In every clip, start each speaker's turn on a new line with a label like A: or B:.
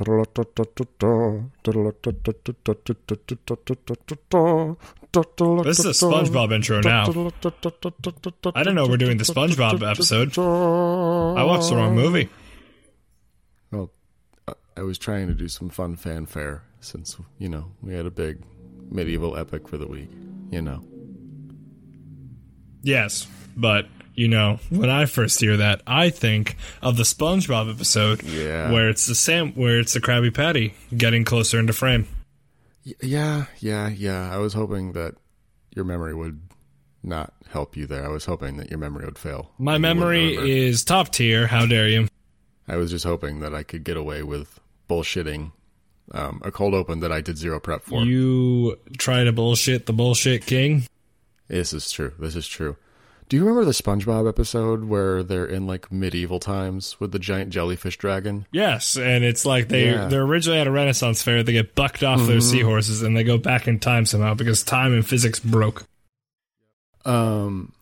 A: This
B: This
A: is a SpongeBob intro now. I didn't know we're doing the SpongeBob episode. I watched the wrong movie.
B: Well, I- I was trying to do some fun fanfare since, you know, we had a big medieval epic for the week. You know.
A: Yes, but you know, when I first hear that, I think of the SpongeBob episode
B: Yeah.
A: where it's the Sam, where it's the Krabby Patty getting closer into frame.
B: Y- yeah, yeah, yeah. I was hoping that your memory would not help you there. I was hoping that your memory would fail.
A: My
B: and you wouldn't
A: memory
B: remember.
A: is top tier. How dare you?
B: I was just hoping that I could get away with bullshitting um, a cold open that I did zero prep for.
A: You try to bullshit the bullshit king.
B: This is true. This is true. Do you remember the SpongeBob episode where they're in like medieval times with the giant jellyfish dragon?
A: Yes, and it's like they
B: Yeah. Mm-hmm.
A: they're originally at a Renaissance fair. They get bucked off their seahorses and they go back in time somehow because time and physics broke.
B: Um,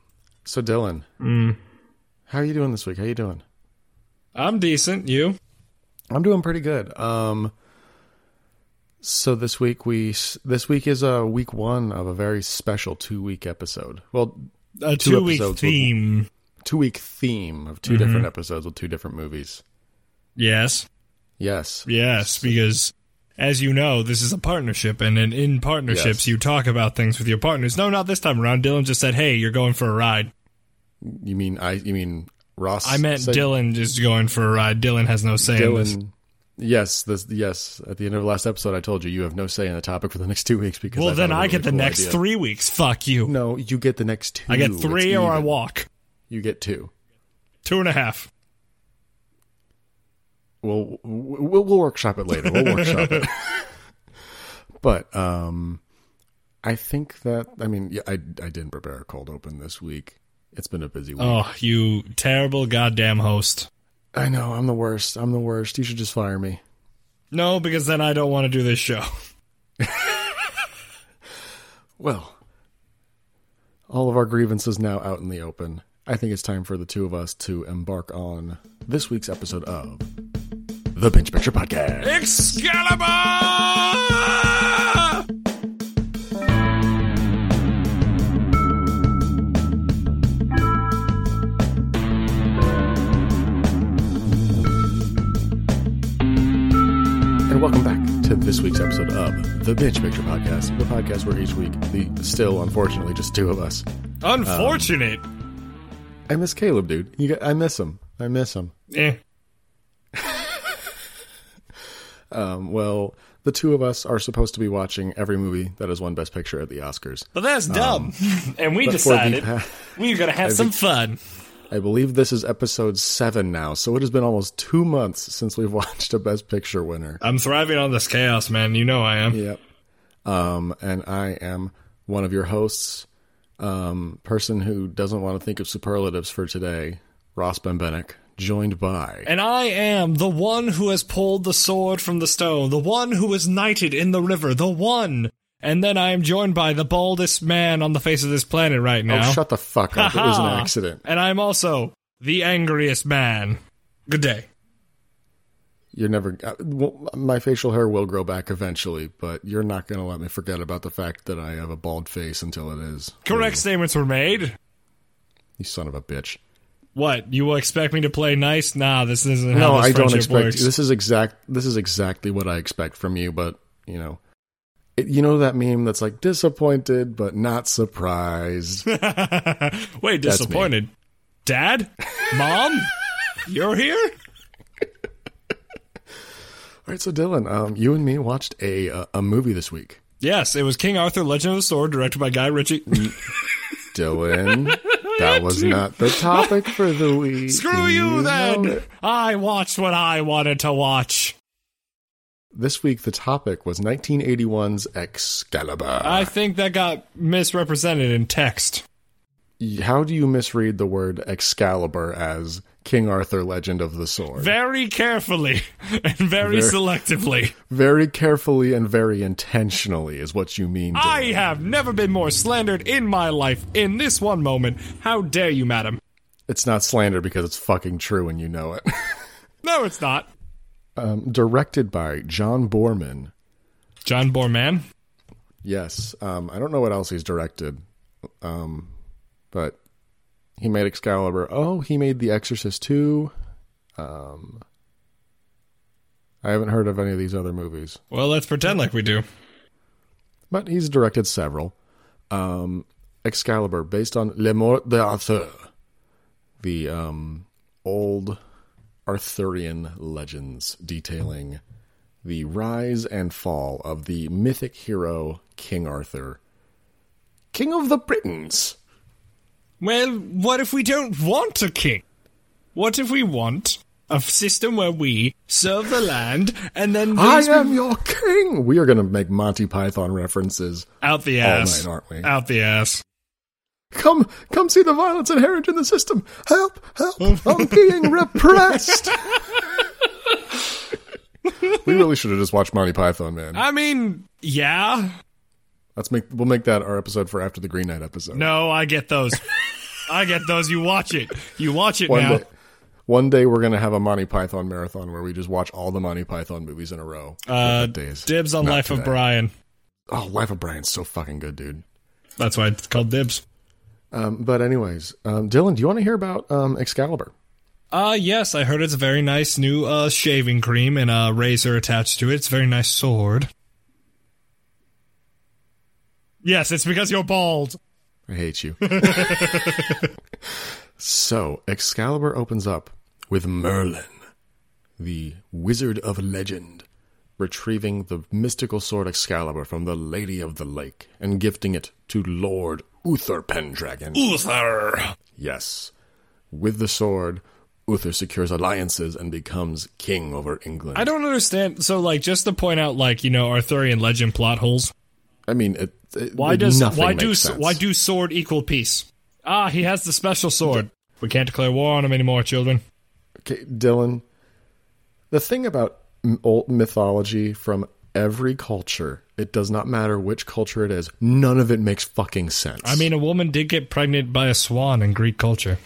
B: so Dylan,
A: Mm.
B: how are you doing this week? How are you doing?
A: I'm decent. You?
B: I'm doing pretty good. Um, so this week we s- this week is a uh, week one of a very special two week episode. Well,
A: A
B: Two
A: two, week
B: episodes with-
A: theme.
B: two week theme of 2
A: Mm-hmm.
B: different episodes with two different movies.
A: Yes,
B: Yes,
A: yes, because as you know, this is a partnership, and in, in partnerships,
B: Yes.
A: you talk about things with your partners. No, not this time around. Dylan just said, "Hey, you're going for a ride."
B: you mean I? You mean Ross?
A: I meant
B: said-
A: Dylan is going for a ride. Dylan has no say in this.
B: Dylan. Yes, this, yes. At the end of the last episode, I told you you have no say in the topic for the next two weeks because
A: Well,
B: thought
A: then
B: of
A: I
B: a really
A: get the
B: cool
A: next
B: idea.
A: three weeks. Fuck you.
B: No, you get the next two.
A: I get
B: It's
A: three, or I
B: even.
A: walk.
B: You get two.
A: Two and a half.
B: We'll we'll, we'll workshop it later. We'll workshop it. But um, I think that I mean yeah, I I didn't prepare a cold open this week. It's been a busy week.
A: Oh, you terrible goddamn host.
B: I know I'm the worst. I'm the worst. You should just fire me.
A: No, because then I don't want to do this show.
B: Well, all of our grievances now out in the open. I think it's time for the two of us to embark on this week's episode of the Bench Picture Podcast.
A: Excalibur!
B: Um, And welcome back to this week's episode of the Bench Picture Podcast, the podcast where each week the still unfortunately just two of us.
A: Unfortunate.
B: I miss Caleb, dude. You got, I miss him. I miss him.
A: eh.
B: Um, well, the two of us are supposed to be watching every movie that has won Best Picture at the Oscars.
A: But that's dumb. Um, and we
B: but for the
A: decided
B: pa-
A: we were going to have some fun.
B: I believe this is episode seven now, so it has been almost two months since we've watched a Best Picture winner.
A: I'm thriving on this chaos, man. You know I am.
B: Yep. Um, and I am one of your hosts, um, person who doesn't want to think of superlatives for today, Ross Bembenek, joined by.
A: And I am the one who has pulled the sword from the stone, the one who was knighted in the river, the one. And then I am joined by the baldest man on the face of this planet right now.
B: Oh, shut the fuck up. it was an
A: Ha.
B: accident.
A: And I'm also the angriest man. Good day.
B: You're never. uh, Well, my facial hair will grow back eventually, but you're not going to let me forget about the fact that I have a bald face until it is.
A: Correct statements were made.
B: You son of a bitch.
A: What you will expect me to play nice? Nah, this isn't how
B: no,
A: this
B: I don't
A: friendship
B: expect
A: works.
B: this is exact this is exactly what I expect from you, but you know it, you know that meme that's like disappointed but not surprised.
A: Wait,
B: That's me.
A: disappointed. Dad, mom, you're here.
B: All right, so Dylan, um, you and me watched a uh, a movie this week.
A: Yes, it was King Arthur: Legend of the Sword, directed by Guy Ritchie.
B: Dylan, that was not the topic for the week.
A: Screw you,
B: know
A: then.
B: it.
A: Mm-hmm. I watched what I wanted to watch.
B: This week the topic was 1981's Excalibur.
A: I think that got misrepresented in text.
B: How do you misread the word Excalibur as King Arthur Legend of the Sword?
A: Very carefully and very
B: Ver-
A: selectively.
B: very carefully and very intentionally is what you mean. Dylan.
A: I have never been more slandered in my life in this one moment. How dare you, madam?
B: It's not slander because it's fucking true and you know it.
A: No, it's not.
B: um, directed by John Borman.
A: John Borman.
B: Yes, um, I don't know what else he's directed, um, but he made Excalibur. Oh, he made The Exorcist too. Um, I haven't heard of any of these other movies,
A: Well, let's pretend like we do.
B: but he's directed several. Um, Excalibur, based on Le Mort d'Arthur, the um, old Arthurian legends detailing the rise and fall of the mythic hero King Arthur, King of the Britons.
A: Well, what if we don't want a king? What if we want a system where we serve the land and then
B: I
A: those
B: am your king. We are going to make Monty Python references.
A: out the ass,
B: night, aren't we?
A: Out the ass.
B: Come, come see the violence inherent in the system. Help, help, I'm being repressed. we really should have just watched Monty Python, man.
A: I mean, yeah.
B: Let's make we'll make that our episode for after the Green Knight episode.
A: No, I get those. I get those. You watch it. You watch it
B: one
A: now.
B: day, one day we're going to have a Monty Python marathon where we just watch all the Monty Python movies in a row.
A: Uh,
B: Good days.
A: Dibs on
B: Not
A: Life of
B: today.
A: Brian.
B: Oh, Life of Brian's so fucking good, dude.
A: That's why it's called Dibs.
B: Um, but anyways, um, Dylan, do you want to hear about um, Excalibur?
A: Uh, yes, I heard it's a very nice new uh, shaving cream and a razor attached to it. It's a very nice sword. Yes, it's because you're bald.
B: I hate you. so, Excalibur opens up with Merlin, the wizard of legend, retrieving the mystical sword Excalibur from the Lady of the Lake and gifting it to Lord Uther Pendragon.
A: Uther.
B: Yes. With the sword, Uther secures alliances and becomes king over England.
A: I don't understand. So, like, just to point out, like, you know, Arthurian legend plot holes.
B: I mean, it, it,
A: Why does
B: nothing
A: why
B: makes
A: do
B: sense.
A: why do sword equal peace? Ah, he has the special sword. We can't declare war on him anymore, children.
B: Okay, Dylan, the thing about m- old mythology from every culture, it does not matter which culture it is, none of it makes fucking sense.
A: I mean, a woman did get pregnant by a swan in Greek culture.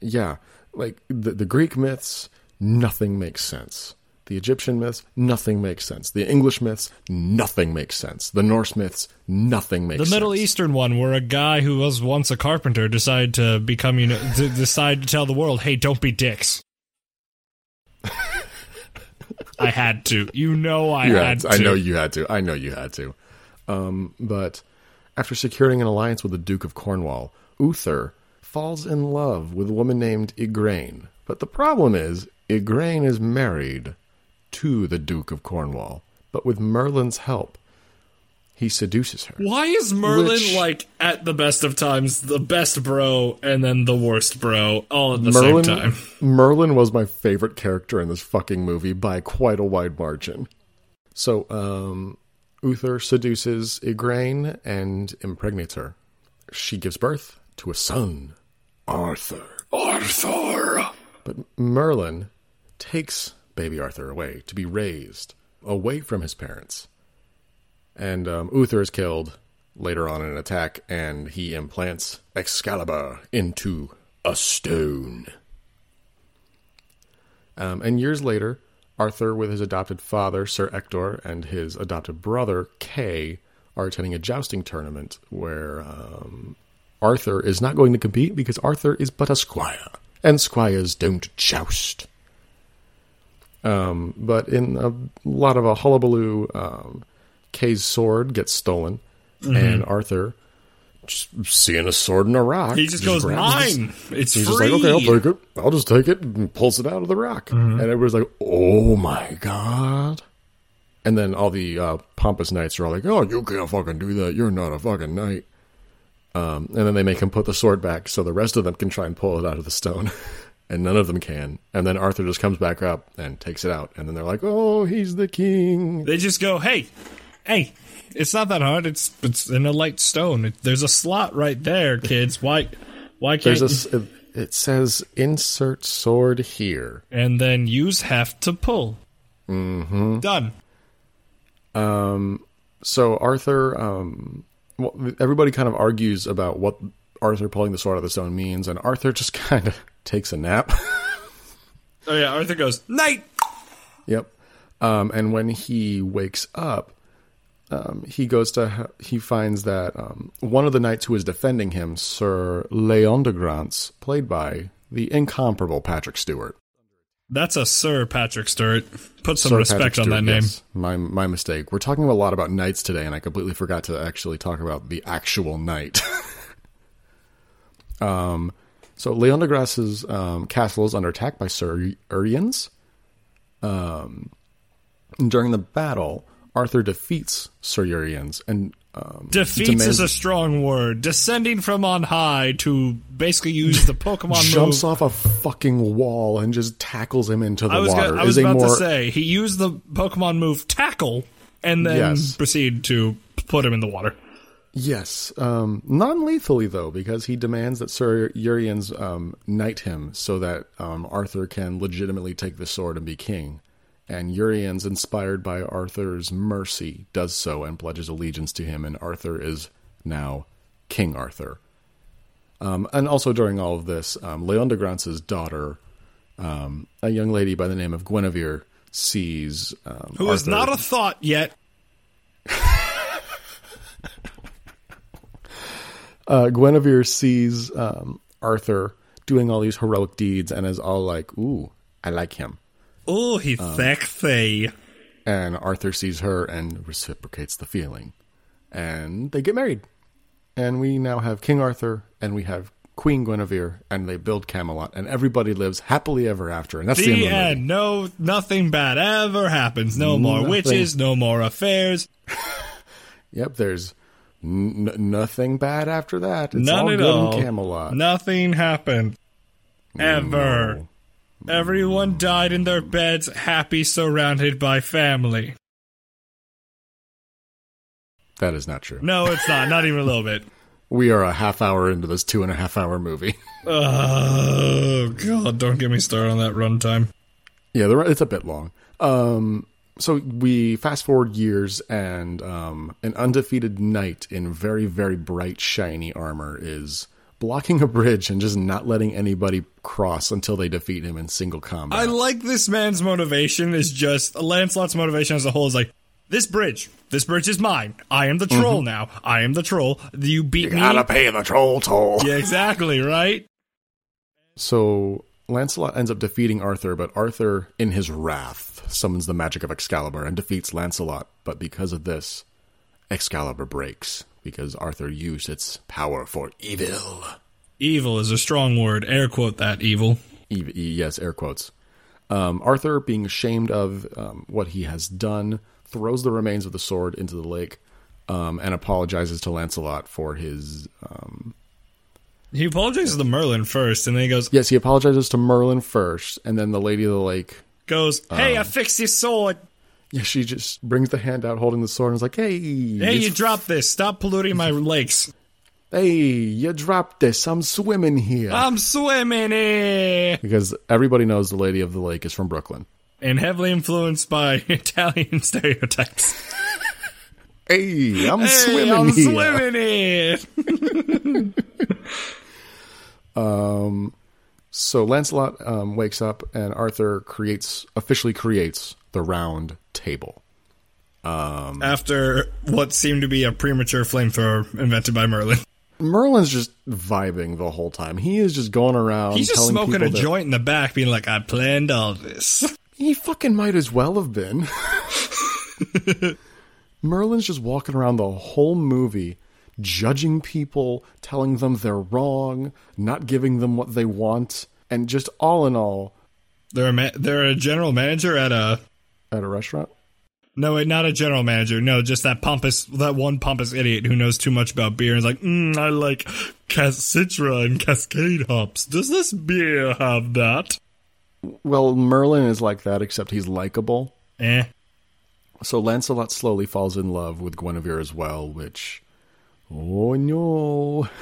B: yeah, like the, the Greek myths, nothing makes sense. The Egyptian myths, nothing makes sense. The English myths, nothing makes sense. The Norse myths, nothing makes
A: The
B: sense.
A: Middle Eastern one, where a guy who was once a carpenter decided to become, you know, to decide to tell the world, "Hey, don't be dicks." I had to, you know, I
B: You
A: had
B: had-
A: to.
B: I know you had to. I know you had to. Um, but after securing an alliance with the Duke of Cornwall, Uther falls in love with a woman named Igraine. But the problem is, Igraine is married to the Duke of Cornwall. But with Merlin's help, he seduces her.
A: Why is Merlin
B: Which-
A: like at the best of times the best bro and then the worst bro all at the
B: Merlin,
A: same time?
B: Merlin was my favorite character in this fucking movie by quite a wide margin. So, um, Uther seduces Igraine and impregnates her. She gives birth to a son, Arthur.
A: Arthur.
B: But Merlin takes baby Arthur away to be raised away from his parents. And um, Uther is killed later on in an attack, and he implants Excalibur into a stone. Um, and years later, Arthur, with his adopted father, Sir Ector, and his adopted brother, Kay, are attending a jousting tournament where um, Arthur is not going to compete because Arthur is but a squire, and squires don't joust. Um, but in a lot of a hullabaloo, um, Kay's sword gets stolen,
A: Mm-hmm.
B: and Arthur, just seeing a sword in a rock,
A: He just, goes,
B: grabs the
A: mine. It's
B: He's
A: free.
B: just like, okay, I'll take it. I'll just take it and pulls it out of the rock. And everybody's like, oh my God. And then all the uh, pompous knights are all like, oh, you can't fucking do that. You're not a fucking knight. Um, and then they make him put the sword back so the rest of them can try and pull it out of the stone. and none of them can. And then Arthur just comes back up and takes it out. And then they're like, oh, he's the king.
A: They just go, hey, hey, it's not that hard. It's it's in a light stone. It, there's a slot right there, kids. Why, why can't?
B: There's a,
A: you
B: s- it says, insert sword here.
A: and then use heft to pull. Mm-hmm. Done.
B: so Arthur, um, well, everybody kind of argues about what Arthur pulling the sword out of the stone means, and Arthur just kind of takes a nap.
A: Oh yeah, Arthur goes night.
B: yep. Um, and when he wakes up, um, he goes to he finds that um, one of the knights who is defending him, Sir Leon de Grance, played by the incomparable Patrick Stewart.
A: That's a Sir Patrick Stewart. Put some respect on that name.
B: yes. my my mistake. We're talking a lot about knights today, and I completely forgot to actually talk about the actual knight. um, so Leon de Grasse's um, castle is under attack by Sir Urians. Um, during the battle, Arthur defeats Sir Urians and um,
A: Defeats is a strong word. Descending from on high to basically use the Pokemon move.
B: jumps off a fucking wall and just tackles him into the
A: I was,
B: water.
A: gonna, I was
B: is a
A: about
B: more
A: to say he used the Pokemon move tackle and then
B: Yes.
A: proceed to put him in the water.
B: Yes, um, non-lethally though, because he demands that Sir Urians um, knight him so that um, Arthur can legitimately take the sword and be king. And Urians, inspired by Arthur's mercy, does so and pledges allegiance to him. And Arthur is now King Arthur. Um, and also during all of this, um, Leon de Grance's daughter, um, a young lady by the name of Guinevere, sees um,
A: Who is
B: Arthur-
A: not a thought yet?
B: uh, Guinevere sees um, Arthur doing all these heroic deeds and is all like, "Ooh, I like him."
A: Oh, he
B: Uh,
A: sexy.
B: And Arthur sees her and reciprocates the feeling, and they get married. And we now have King Arthur and we have Queen Guinevere, and they build Camelot, and everybody lives happily ever after. And that's the,
A: The
B: end. Of the movie.
A: end. No, nothing bad ever happens. No more
B: Nothing.
A: witches. No more affairs.
B: Yep, there's n- n- nothing bad after that. It's
A: None
B: all
A: at
B: good
A: all.
B: in Camelot.
A: Nothing happened. Ever. Everyone died in their beds, happy, surrounded by family.
B: That is not true.
A: No, it's not. Not even a little bit.
B: We are a half hour into this two and a half hour movie.
A: Oh god! Don't get me started on that runtime.
B: Yeah, the, it's a bit long. Um, so we fast forward years, and um, an undefeated knight in very, very bright, shiny armor is blocking a bridge and just not letting anybody cross until they defeat him in single combat.
A: I like this man's motivation is just Lancelot's motivation as a whole is like this bridge. This bridge is mine. I am the
B: Mm-hmm.
A: troll now. I am the troll. You beat me.
B: pay the troll toll.
A: yeah, exactly right.
B: So Lancelot ends up defeating Arthur, but Arthur, in his wrath, summons the magic of Excalibur and defeats Lancelot. But because of this, Excalibur breaks because Arthur used its power for evil.
A: Evil is a strong word. Air quote that evil.
B: E- e- yes, air quotes. Um, Arthur, being ashamed of um, what he has done, throws the remains of the sword into the lake um, and apologizes to Lancelot for his. um,
A: He apologizes to Merlin first, and then he goes
B: Yes, he apologizes to Merlin first, and then the Lady of the Lake.
A: goes Hey, I
B: Um,
A: fixed your sword.
B: Yeah, she just brings the hand out holding the sword and is like, "Hey,
A: Hey,
B: it's-
A: you dropped this. Stop polluting my lakes.
B: hey, you dropped this. I'm swimming here."
A: I'm swimming eh. here.
B: because everybody knows the Lady of the Lake is from Brooklyn.
A: And heavily influenced by Italian stereotypes.
B: Hey, I'm
A: Hey,
B: swimming
A: I'm
B: here.
A: swimming eh. here.
B: So Lancelot um, wakes up, and Arthur creates officially creates the Round Table.
A: After what seemed to be a premature flamethrower invented by Merlin,
B: Merlin's just vibing the whole time. He is just going around.
A: he's just
B: telling
A: smoking
B: people
A: a
B: that-
A: joint in the back, being like, "I planned all this."
B: He fucking might as well have been. Merlin's just walking around the whole movie, judging people, telling them they're wrong, not giving them what they want, and just all in all,
A: They're a ma- they're a general manager at a
B: at a restaurant.
A: no wait, not a general manager. No, just that pompous that one pompous idiot who knows too much about beer and is like, mm, "I like Cas- Citra and Cascade hops. Does this beer have that?"
B: Well, Merlin is like that, except he's likable.
A: Eh.
B: So Lancelot slowly falls in love with Guinevere as well, which. Oh no.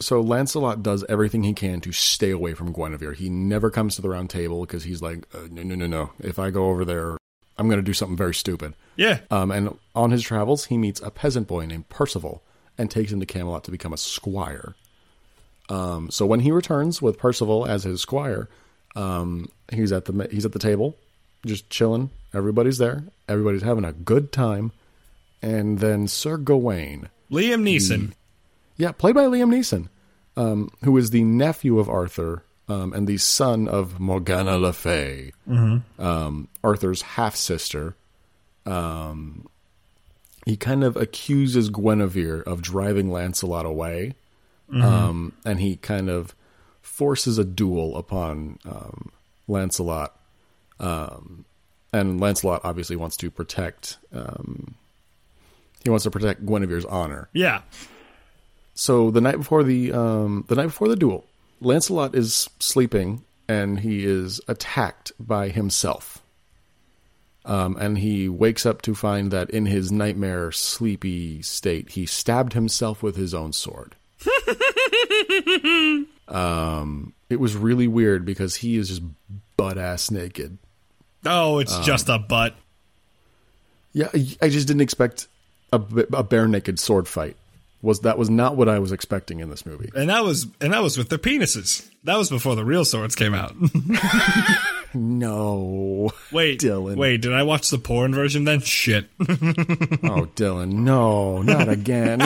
B: So Lancelot does everything he can to stay away from Guinevere. He never comes to the round table because he's like, uh, no, no, no, no. If I go over there, I'm going to do something very stupid.
A: Yeah.
B: Um, and on his travels, he meets a peasant boy named Percival and takes him to Camelot to become a squire. Um, so when he returns with Percival as his squire, um, he's at the he's at the table, just chilling. Everybody's there. Everybody's having a good time. And then Sir Gawain,
A: Liam
B: Hmm.
A: Neeson.
B: yeah, played by Liam Neeson, um, who is the nephew of Arthur um, and the son of Morgana Le Fay, um, Arthur's half sister. Um, he kind of accuses Guinevere of driving Lancelot away, um, and he kind of forces a duel upon um, Lancelot. Um, and Lancelot obviously wants to protect. Um, he wants to protect Guinevere's honor.
A: Yeah.
B: So the night before the um, the night before the duel, Lancelot is sleeping and he is attacked by himself. Um, and he wakes up to find that in his nightmare sleepy state, he stabbed himself with his own sword. um, it was really weird because he is just butt ass naked.
A: Oh, it's
B: Um.
A: just a butt.
B: Yeah, I- I just didn't expect a, b- a bare naked sword fight. Was that was not what I was expecting in this movie?
A: And that was and that was with their penises. That was before the real swords came out.
B: No.
A: wait,
B: Dylan.
A: Wait, did I watch the porn version then? Shit.
B: Oh, Dylan, no, not again.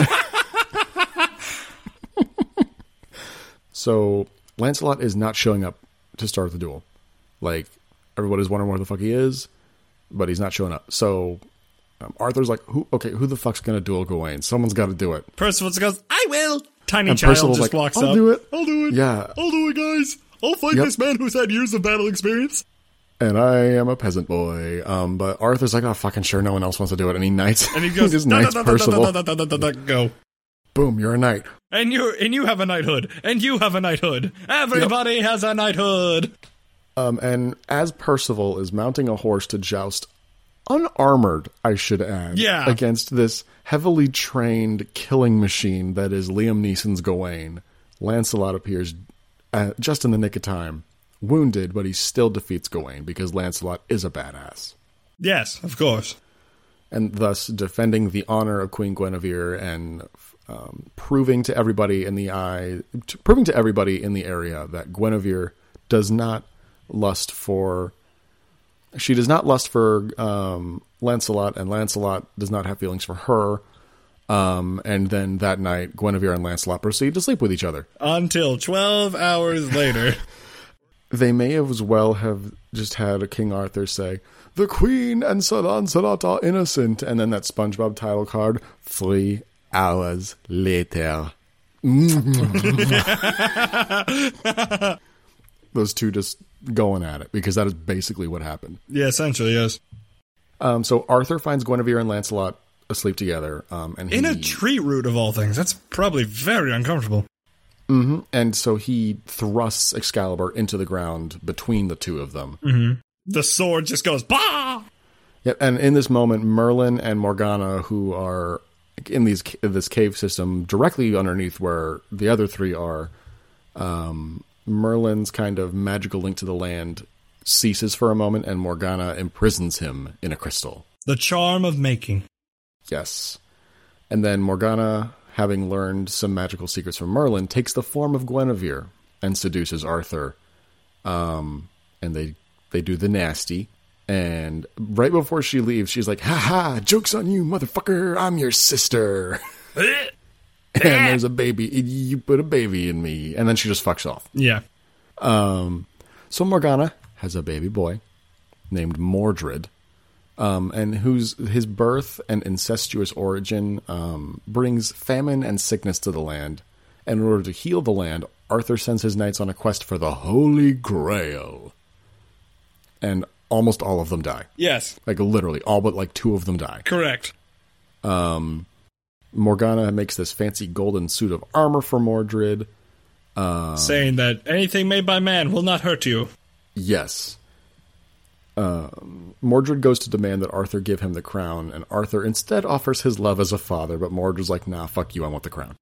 B: so Lancelot is not showing up to start the duel. Like everybody's wondering where the fuck he is, but he's not showing up. So um, Arthur's like, "Who? Okay, who the fuck's gonna duel Gawain? Someone's got to do it."
A: Percival just goes, I will. Tiny
B: And
A: child
B: Percival's
A: just
B: like,
A: walks
B: "I'll
A: up.
B: do it."
A: I'll do it.
B: Yeah.
A: I'll do it, guys. I'll fight
B: Yep.
A: this man who's had years of battle experience.
B: And I am a peasant boy. Um, but Arthur's like, "Oh, fucking sure, no one else wants to do it." And he knights.
A: And he goes,
B: just
A: "Da, da,
B: knights
A: da, da, da, da,
B: Percival.
A: da, da, da, da, da, Go.
B: Boom, you're a knight.
A: And you and you have a knighthood. And you have a knighthood. Everybody has a knighthood.
B: Um, and as Percival is mounting a horse to joust, unarmored, I should add,
A: Yeah.
B: against this heavily trained killing machine that is Liam Neeson's Gawain, Lancelot appears uh, just in the nick of time, wounded, but he still defeats Gawain because Lancelot is a badass,
A: Yes, of course.
B: and thus defending the honor of Queen Guinevere and um, proving to everybody in the eye, t- proving to everybody in the area that Guinevere does not lust for she does not lust for um, Lancelot, and Lancelot does not have feelings for her. Um, and then that night, Guinevere and Lancelot proceed to sleep with each other.
A: Until twelve hours later.
B: They may as well have just had King Arthur say, "The Queen and Sir Lancelot are innocent," and then that SpongeBob title card. Three hours later, those two just going at it because that is basically what happened.
A: yeah, essentially, yes.
B: Um, so Arthur finds Guinevere and Lancelot asleep together, um, and he,
A: In a tree root of all things. That's probably very uncomfortable.
B: Mm-hmm. and so he thrusts Excalibur into the ground between the two of them.
A: Mm-hmm. The sword just goes bah
B: Yep, and in this moment, Merlin and Morgana, who are in these in this cave system directly underneath where the other three are, um, Merlin's kind of magical link to the land ceases for a moment, and Morgana imprisons him in a crystal.
A: The charm of making.
B: Yes. And then Morgana, having learned some magical secrets from Merlin, takes the form of Guinevere and seduces Arthur. Um, and they they do the nasty. And right before she leaves, she's like, "Ha ha! Jokes on you, motherfucker! I'm your sister." and there's a baby. You put a baby in me, and then she just fucks off.
A: Yeah.
B: Um, so Morgana has a baby boy named Mordred, um, and whose his birth and incestuous origin um, brings famine and sickness to the land. And in order to heal the land, Arthur sends his knights on a quest for the Holy Grail, and almost all of them die.
A: Yes.
B: Like literally, all but like two of them die. Um,
A: Correct.
B: Morgana makes this fancy golden suit of armor for Mordred. Um.
A: Saying that anything made by man will not hurt you.
B: Yes. Um, Mordred goes to demand that Arthur give him the crown, and Arthur instead offers his love as a father, but Mordred's like, nah, fuck you, I want the crown.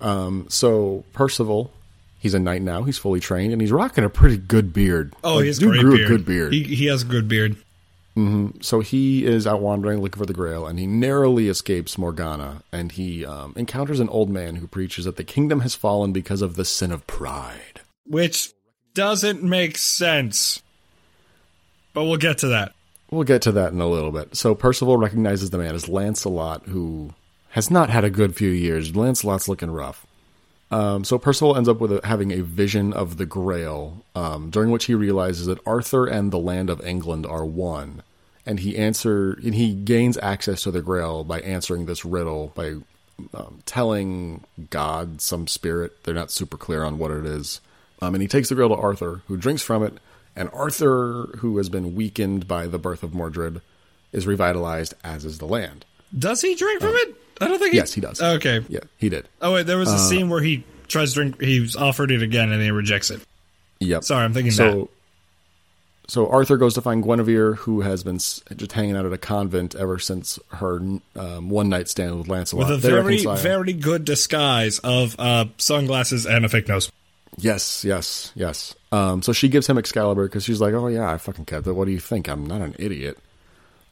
B: Um, so Percival, he's a knight now, he's fully trained, and he's rocking a pretty good beard.
A: Oh,
B: Like,
A: he has
B: dude
A: great
B: grew
A: beard.
B: a good beard. Mm-hmm.
A: He, he has a good beard.
B: so he is out wandering looking for the grail, and he narrowly escapes Morgana, and he um, encounters an old man who preaches that the kingdom has fallen because of the sin of pride.
A: Which doesn't make sense. But we'll get to that.
B: We'll get to that in a little bit. So Percival recognizes the man as Lancelot, who has not had a good few years. Lancelot's looking rough. Um, so Percival ends up with a, having a vision of the Grail, um, during which he realizes that Arthur and the land of England are one, and he answer and he gains access to the Grail by answering this riddle by um, telling God some spirit. They're not super clear on what it is, um, and he takes the Grail to Arthur, who drinks from it, and Arthur, who has been weakened by the birth of Mordred, is revitalized, as is the land.
A: Does he drink from it? I don't think. He,
B: Oh. Yes, he does.
A: Okay.
B: Yeah, Uh, he did.
A: Oh wait, there was a scene where he tries to drink. He's offered it again, and he rejects it.
B: Yep.
A: Sorry, I'm thinking
B: so so Arthur goes to find Guinevere, who has been s- just hanging out at a convent ever since her um, one night stand with Lancelot.
A: that with a
B: They
A: very,
B: reconcile.
A: very good disguise of uh, sunglasses and a fake nose.
B: yes, yes, yes. Um, so she gives him Excalibur because she's like, "Oh yeah, I fucking kept it. What do you think? I'm not an idiot."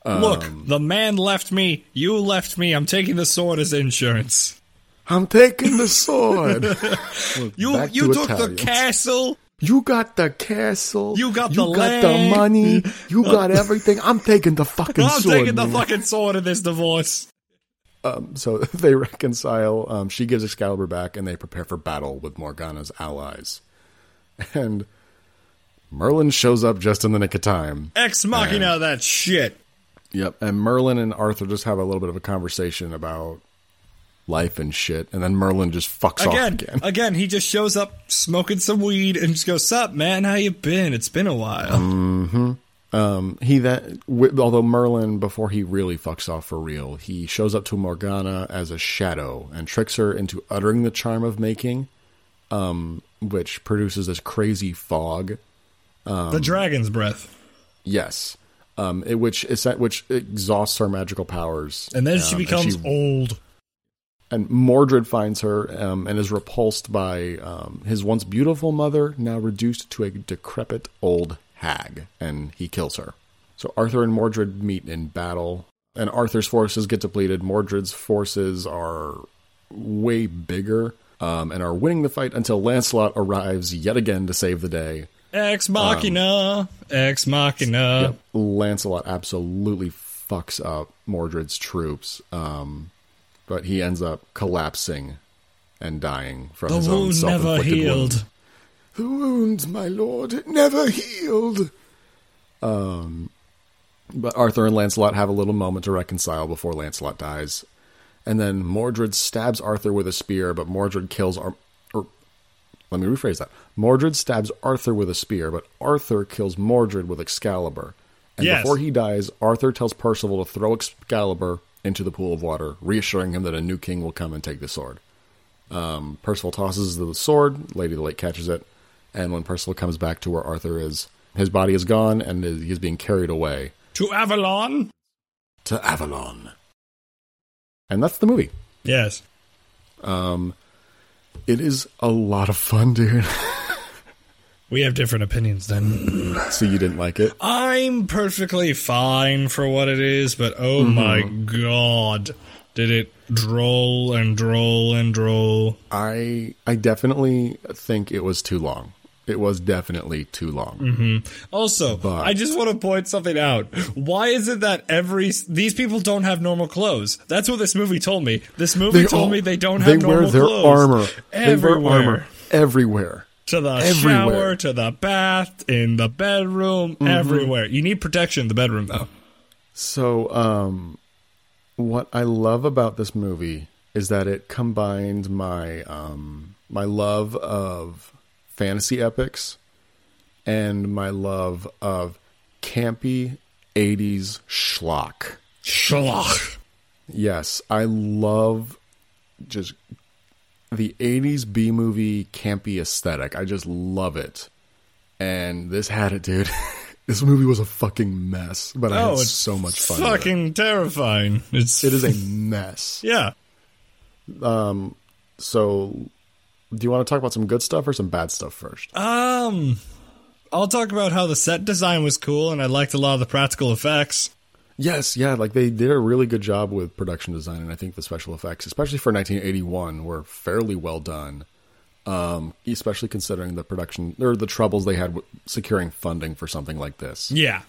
A: Look,
B: Um,
A: the man left me. You left me. I'm taking the sword as insurance.
B: I'm taking the sword.
A: You
B: Back
A: you
B: to
A: took
B: Italians.
A: the castle.
B: you got the castle.
A: You got the land. Uh,
B: the money. You got everything. I'm taking the fucking
A: I'm
B: sword.
A: taking the
B: man.
A: fucking sword in this divorce.
B: Um, So they reconcile. Um, she gives Excalibur back, and they prepare for battle with Morgana's allies. And Merlin shows up just in the nick of time.
A: Ex machina that shit.
B: Yep. And Merlin and Arthur just have a little bit of a conversation about life and shit. And then Merlin just fucks off
A: Again,
B: again.
A: again, he just shows up smoking some weed and just goes, "Sup, man? How you been? It's been a while."
B: Um, he that wi- although Merlin before he really fucks off for real, he shows up to Morgana as a shadow and tricks her into uttering the charm of making, um, which produces this crazy fog Um,
A: the dragon's breath,
B: Yes. Um, it, which is which exhausts her magical powers,
A: and then she
B: Um,
A: becomes
B: and, she-
A: old.
B: and Mordred finds her um, and is repulsed by um, his once beautiful mother, now reduced to a decrepit old hag, and he kills her. So Arthur and Mordred meet in battle, and Arthur's forces get depleted. Mordred's forces are way bigger um, and are winning the fight until Lancelot arrives yet again to save the day.
A: Ex
B: Um,
A: machina, ex machina.
B: Lancelot absolutely fucks up Mordred's troops, um, but he ends up collapsing and dying from
A: The
B: his own
A: wound never
B: self-inflicted
A: healed.
B: wound. The wounds, my lord, it never healed. Um, but Arthur and Lancelot have a little moment to reconcile before Lancelot dies, and then Mordred stabs Arthur with a spear, but Mordred kills Ar- or let me rephrase that. Mordred stabs Arthur with a spear, but Arthur kills Mordred with Excalibur. And
A: Yes.
B: before he dies, Arthur tells Percival to throw Excalibur into the pool of water, reassuring him that a new king will come and take the sword. Um, Percival tosses the sword, Lady the Lake catches it, and when Percival comes back to where Arthur is, his body is gone and is- he is being carried away
A: To Avalon.
B: to Avalon. And that's the movie. Um,
A: Yes.
B: It is a lot of fun, dude.
A: We have different opinions then.
B: so you didn't like it?
A: I'm perfectly fine for what it is, but oh
B: Mm-hmm.
A: my god, did it droll and droll and droll.
B: I I definitely think it was too long. It was definitely too long.
A: Mm-hmm. Also, I just want to point something out. Why is it that every these people don't have normal clothes? That's what this movie told me. This movie
B: They
A: told
B: all-
A: me they don't
B: They
A: have
B: wear
A: normal
B: their
A: clothes.
B: armor.
A: everywhere.
B: They wear armor everywhere.
A: To the
B: Everywhere. Mm-hmm.
A: shower, to the bath, in the bedroom, everywhere. You need protection in the bedroom though.
B: So, um, what I love about this movie is that it combined my um, my love of fantasy epics and my love of campy '80s schlock.
A: Schlock.
B: Yes, I love just the 80s B movie campy aesthetic. I just love it. And this had it, dude. this movie was a fucking mess, but I
A: Oh,
B: had
A: it's
B: so much fun. with it.
A: Fucking terrifying. It's
B: it is a mess.
A: yeah.
B: So, do you want to talk about some good stuff or some bad stuff first?
A: Um, I'll talk about how the set design was cool, and I liked a lot of the practical effects.
B: yes, yeah, like they did a really good job with production design, and I think the special effects, especially for 1981, were fairly well done. Um, especially considering the production or the troubles they had with securing funding for something like this.
A: Yeah,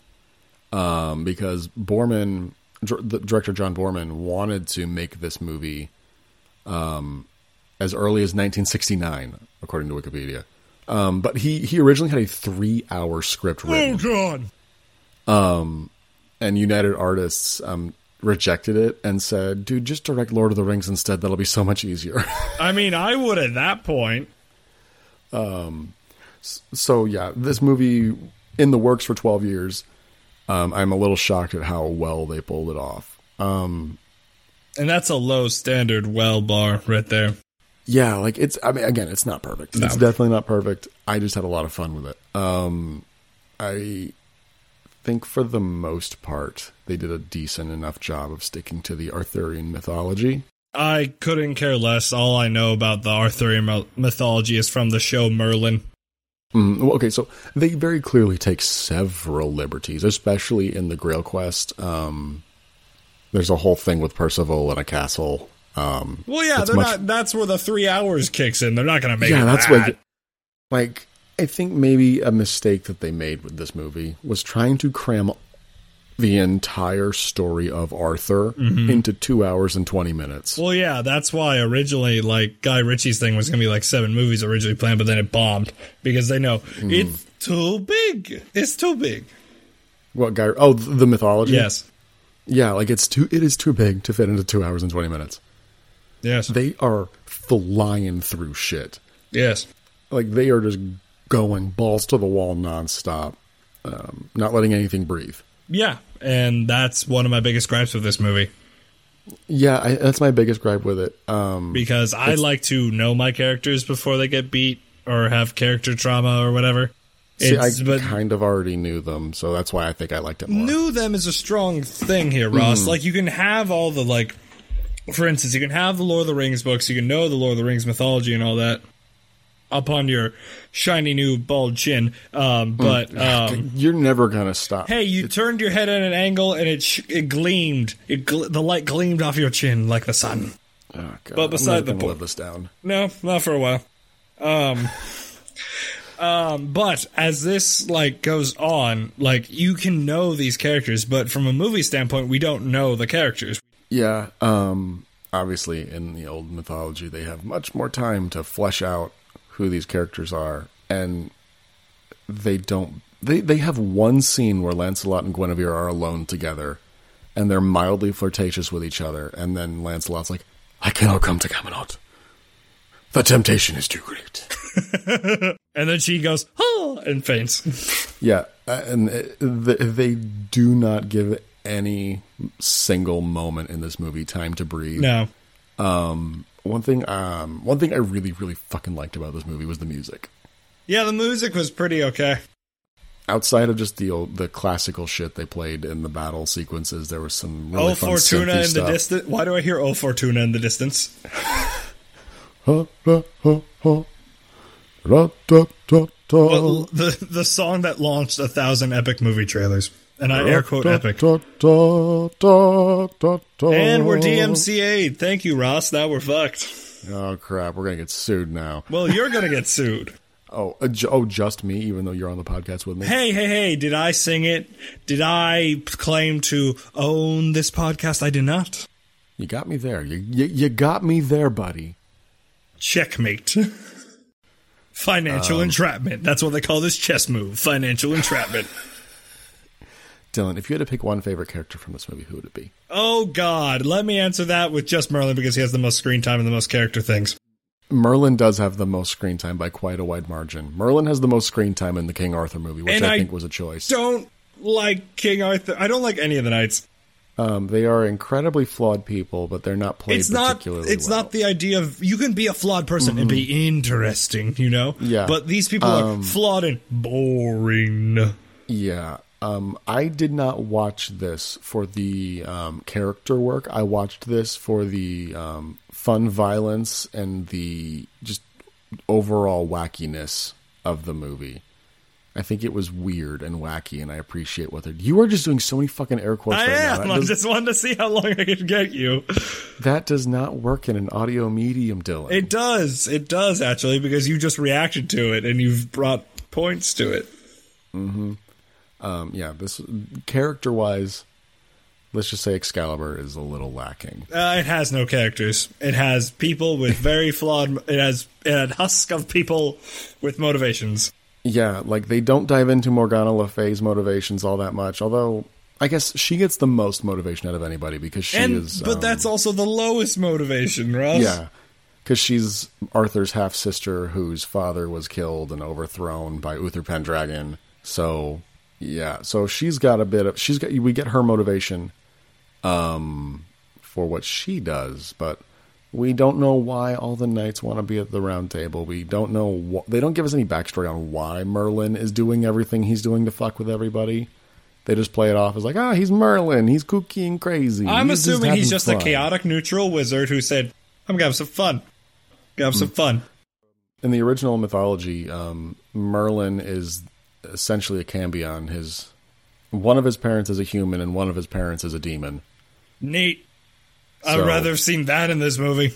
B: um, because Borman, dr- the director John Borman, wanted to make this movie um, as early as 1969, according to Wikipedia. Um, but he he originally had a three hour script written,
A: Oh, God.
B: and United Artists um, rejected it and said, "Dude, just direct Lord of the Rings instead. That'll be so much easier."
A: I mean, I would at that point.
B: Um, so yeah, this movie in the works for 12 years. Um, I'm a little shocked at how well they pulled it off. Um,
A: And that's a low standard well bar right there.
B: Yeah, like it's. I mean, again, it's not perfect. It's definitely not perfect. I just had a lot of fun with it. Um, I think for the most part, they did a decent enough job of sticking to the Arthurian mythology.
A: I couldn't care less. All I know about the Arthurian myth- mythology is from the show Merlin.
B: Mm, well, okay, so they very clearly take several liberties, especially in the Grail Quest. Um, there's a whole thing with Percival and a castle. Um,
A: Well, yeah,
B: That's
A: they're
B: much-
A: not. That's where the three hours kicks in. They're not going to make.
B: yeah,
A: it
B: that's
A: that.
B: like like I think maybe a mistake that they made with this movie was trying to cram the entire story of Arthur
A: Mm-hmm.
B: into 2 hours and 20 minutes.
A: Well, yeah, that's why originally, like Guy Ritchie's thing was going to be like seven movies originally planned, but then it bombed because they know
B: Hmm.
A: it's too big. It's too big.
B: What guy Oh, th- the mythology.
A: Yes,
B: Yeah, like it's too it is too big to fit into 2 hours and 20 minutes.
A: yes,
B: They are flying through shit.
A: yes.
B: Like they are just going balls to the wall nonstop. Um, not letting anything breathe.
A: Yeah, and that's one of my biggest gripes with this movie
B: Yeah, I, that's my biggest gripe with it. Um,
A: because I like to know my characters before they get beat or have character trauma or whatever.
B: See, I
A: It's- but
B: kind of already knew them, so that's why I think I liked it more.
A: knew them is a strong thing here,
B: Hmm.
A: Ross. Like you can have all the like for instance, you can have the Lord of the Rings books, you can know the Lord of the Rings mythology and all that upon your shiny new bald chin.
B: Hmm.
A: Um, but um,
B: You're never gonna stop.
A: hey, you turned your head at an angle and it sh- it gleamed. It gl- the light gleamed off your chin like the sun.
B: Oh, God,
A: but beside
B: I'm never
A: the
B: gonna
A: po-
B: live this down.
A: No, not for a while. Um, um, but as this like goes on, like you can know these characters, but from a movie standpoint, we don't know the characters.
B: Yeah. Um. Obviously, in the old mythology, they have much more time to flesh out who these characters are, and they don't. They they have one scene where Lancelot and Guinevere are alone together, and they're mildly flirtatious with each other, and then Lancelot's like, "I cannot come to Camelot. The temptation is too great."
A: And then she goes, oh, and faints.
B: Yeah, uh, and uh, th- they do not give any single moment in this movie time to breathe.
A: No.
B: One thing, um, one thing I really, really fucking liked about this movie was the music.
A: Yeah, the music was pretty okay.
B: Outside of just the old, the classical shit they played in the battle sequences, there was some really
A: oh,
B: fun
A: Fortuna
B: synthy
A: in the
B: stuff.
A: distance. Why do I hear Oh, Fortuna in the distance?
B: Ha, ha, ha, ha. Ra, da, da, da.
A: Well, the, the song that launched a thousand epic movie trailers. And I air quote
B: Da,
A: epic.
B: da, da, da, da, da.
A: And we're DMCA'd. Thank you, Ross. Now we're fucked.
B: Oh crap, we're gonna get sued now.
A: Well, you're going to get sued.
B: Oh, uh, ju- oh, just me, even though you're on the podcast with me.
A: Hey, hey, hey, did I sing it? Did I claim to own this podcast? I did not.
B: You got me there. You, you you got me there, buddy.
A: checkmate. Financial
B: Um.
A: entrapment. That's what they call this chess move. Financial entrapment.
B: Dylan, if you had to pick one favorite character from this movie, who would it be?
A: oh God, let me answer that with just Merlin because he has the most screen time and the most character things.
B: Merlin does have the most screen time by quite a wide margin. Merlin has the most screen time in the King Arthur movie, which
A: And
B: I,
A: I
B: think was a choice.
A: Don't like King Arthur. I don't like any of the knights.
B: Um, they are incredibly flawed people, but they're not played
A: It's not.
B: particularly
A: It's
B: well. Mm-hmm.
A: not the idea of you can be a flawed person and be interesting, you know.
B: Yeah. Um,
A: But these people are flawed and boring.
B: Yeah. Um, I did not watch this for the um, character work. I watched this for the um, fun violence and the just overall wackiness of the movie. I think it was weird and wacky, and I appreciate what they're. You are just doing so many fucking air quotes
A: I
B: right
A: am.
B: now.
A: I
B: That does,
A: just wanted to see how long I could get you.
B: that does not work in an audio medium, Dylan.
A: It does. It does actually because you just reacted to it and you've brought points to it.
B: Um, yeah, this character wise, let's just say Excalibur is a little lacking.
A: Uh, it has no characters. It has people with very flawed. It has it had husk of people with motivations.
B: Yeah, like they don't dive into Morgana Le Fay's motivations all that much. Although I guess she gets the most motivation out of anybody because she
A: and
B: is.
A: but
B: um,
A: that's also the lowest motivation, Ross.
B: yeah, because she's Arthur's half sister, whose father was killed and overthrown by Uther Pendragon. So yeah, so she's got a bit of she's got we get her motivation, um, for what she does, but we don't know why all the knights want to be at the round table. We don't know wh- they don't give us any backstory on why Merlin is doing everything he's doing to fuck with everybody. They just play it off as like, ah, he's Merlin. He's kooky and crazy.
A: I'm
B: He's
A: assuming he's
B: having
A: just a
B: fun."
A: chaotic neutral wizard who said, "I'm gonna have some fun. Gonna have some
B: Hmm.
A: fun."
B: in the original mythology, um, Merlin is essentially a cambion. His one of his parents is a human, and one of his parents is a demon.
A: Neat. I'd
B: So-
A: rather have seen that in this movie.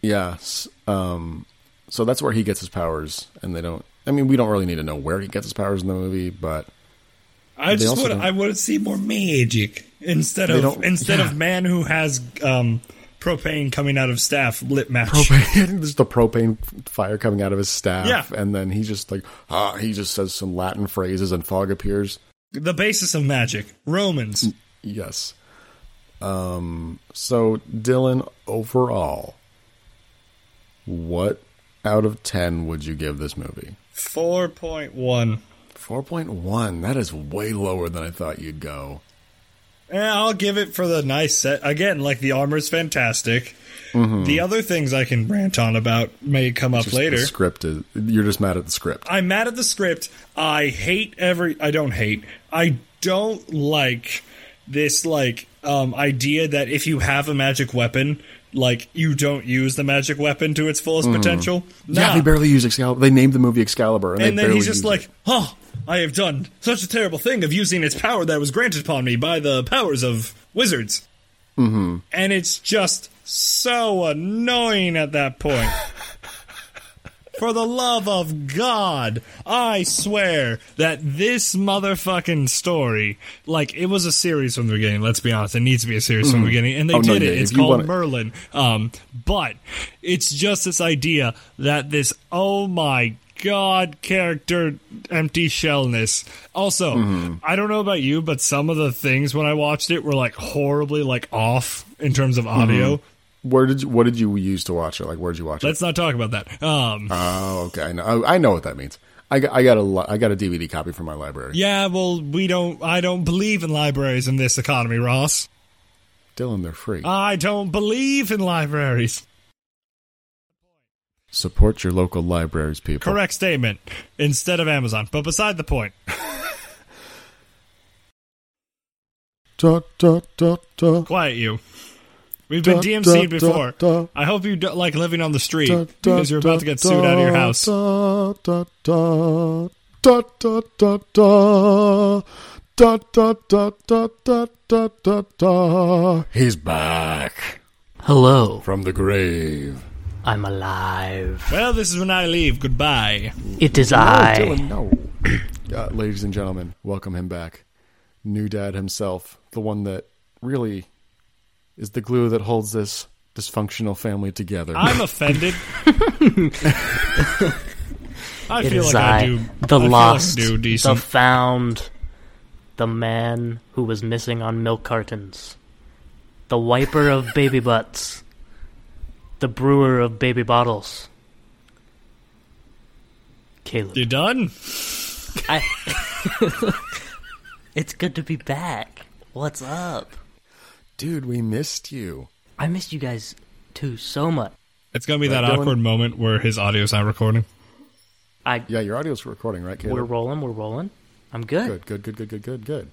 B: Yeah, s- um, so that's where he gets his powers, and they don't. I mean, we don't really need to know where he gets his powers in the movie, but
A: I just
B: also
A: would
B: don't-
A: I would see more magic instead
B: They
A: of
B: don't-
A: instead
B: yeah.
A: of man who has um, propane coming out of staff lit match.
B: there's the propane fire coming out of his staff,
A: Yeah.
B: and then he just like ah, he just says some Latin phrases, and fog appears.
A: The basis of magic, Romans.
B: Mm. Yes. Um, so, Dylan, overall, what out of 10 would you give this movie?
A: Four point one.
B: 4.1. That is way lower than I thought you'd go.
A: Yeah, Eh, I'll give it for the nice set. Again, like the armor's fantastic. The other things I can rant on about may come up
B: Mm-hmm. Just
A: later.
B: The script is, you're just mad at the script.
A: I'm mad at the script. I hate every. I don't hate. I don't like this like um, idea that if you have a magic weapon, like you don't use the magic weapon to its fullest potential.
B: Hmm. Yeah,
A: Nah.
B: they barely use Excalibur. They named the movie Excalibur, and,
A: and
B: they
A: then
B: barely
A: he's just
B: use
A: like,
B: it.
A: "Huh, I have done such a terrible thing of using its power that was granted upon me by the powers of wizards." Mm-hmm. And it's just so annoying at that point. For the love of God, I swear that this motherfucking story, like it was a series from the beginning. Let's be honest, it needs to be a series from the beginning, and they
B: Oh, no,
A: did it.
B: yeah,
A: It's
B: if you
A: called
B: wanna-
A: Merlin. Um, but it's just this idea that this oh my god character empty shellness. Also,
B: Mm-hmm.
A: I don't know about you, but some of the things when I watched it were like horribly like off in terms of audio.
B: Where did you, what did you use to watch it? Like, where did you watch it?
A: Let's not talk about that. Um,
B: Oh, okay. I know, I know what that means. I got, I got a li- I got a DVD copy from my library.
A: yeah, well, we don't. I don't believe in libraries in this economy, Ross.
B: Dylan, they're free.
A: I don't believe in libraries.
B: Support your local libraries, people.
A: Correct statement. Instead of Amazon, but beside the point.
B: Da, da, da, da.
A: Quiet you. We've been
B: Da,
A: DMC'd
B: da,
A: before.
B: da, da.
A: I hope you don't like living on the street
B: Da, da,
A: because you're about to get sued
B: da,
A: out of your house.
B: da, da, da. Da, da, da, da. Da, da, da, da, da, da, da, da. He's back
C: Hello,
B: from the grave.
C: I'm alive.
A: Well, this is when I leave. Goodbye.
C: It is
B: Oh,
C: I.
B: Dylan, no. Uh, ladies and gentlemen, welcome him back. New dad himself, the one that really is the glue that holds this dysfunctional family together.
A: I'm offended. I
C: It
A: feel
C: is
A: like I,
C: I.
A: do.
C: the
A: I feel like I
C: lost.
A: do
C: the
A: decent.
C: found. The man who was missing on milk cartons. The wiper of baby butts. The brewer of baby bottles. Caleb.
A: you done?
C: I... it's good to be back. What's up?
B: Dude, we missed you.
C: I missed you guys too so much.
A: It's gonna be that
B: Right, Dylan?
A: awkward moment where his audio's not recording.
C: I
B: Yeah, your audio's recording, right, Caleb?
C: we're rolling, we're rolling. I'm good.
B: good, good, good, good, good, good, good.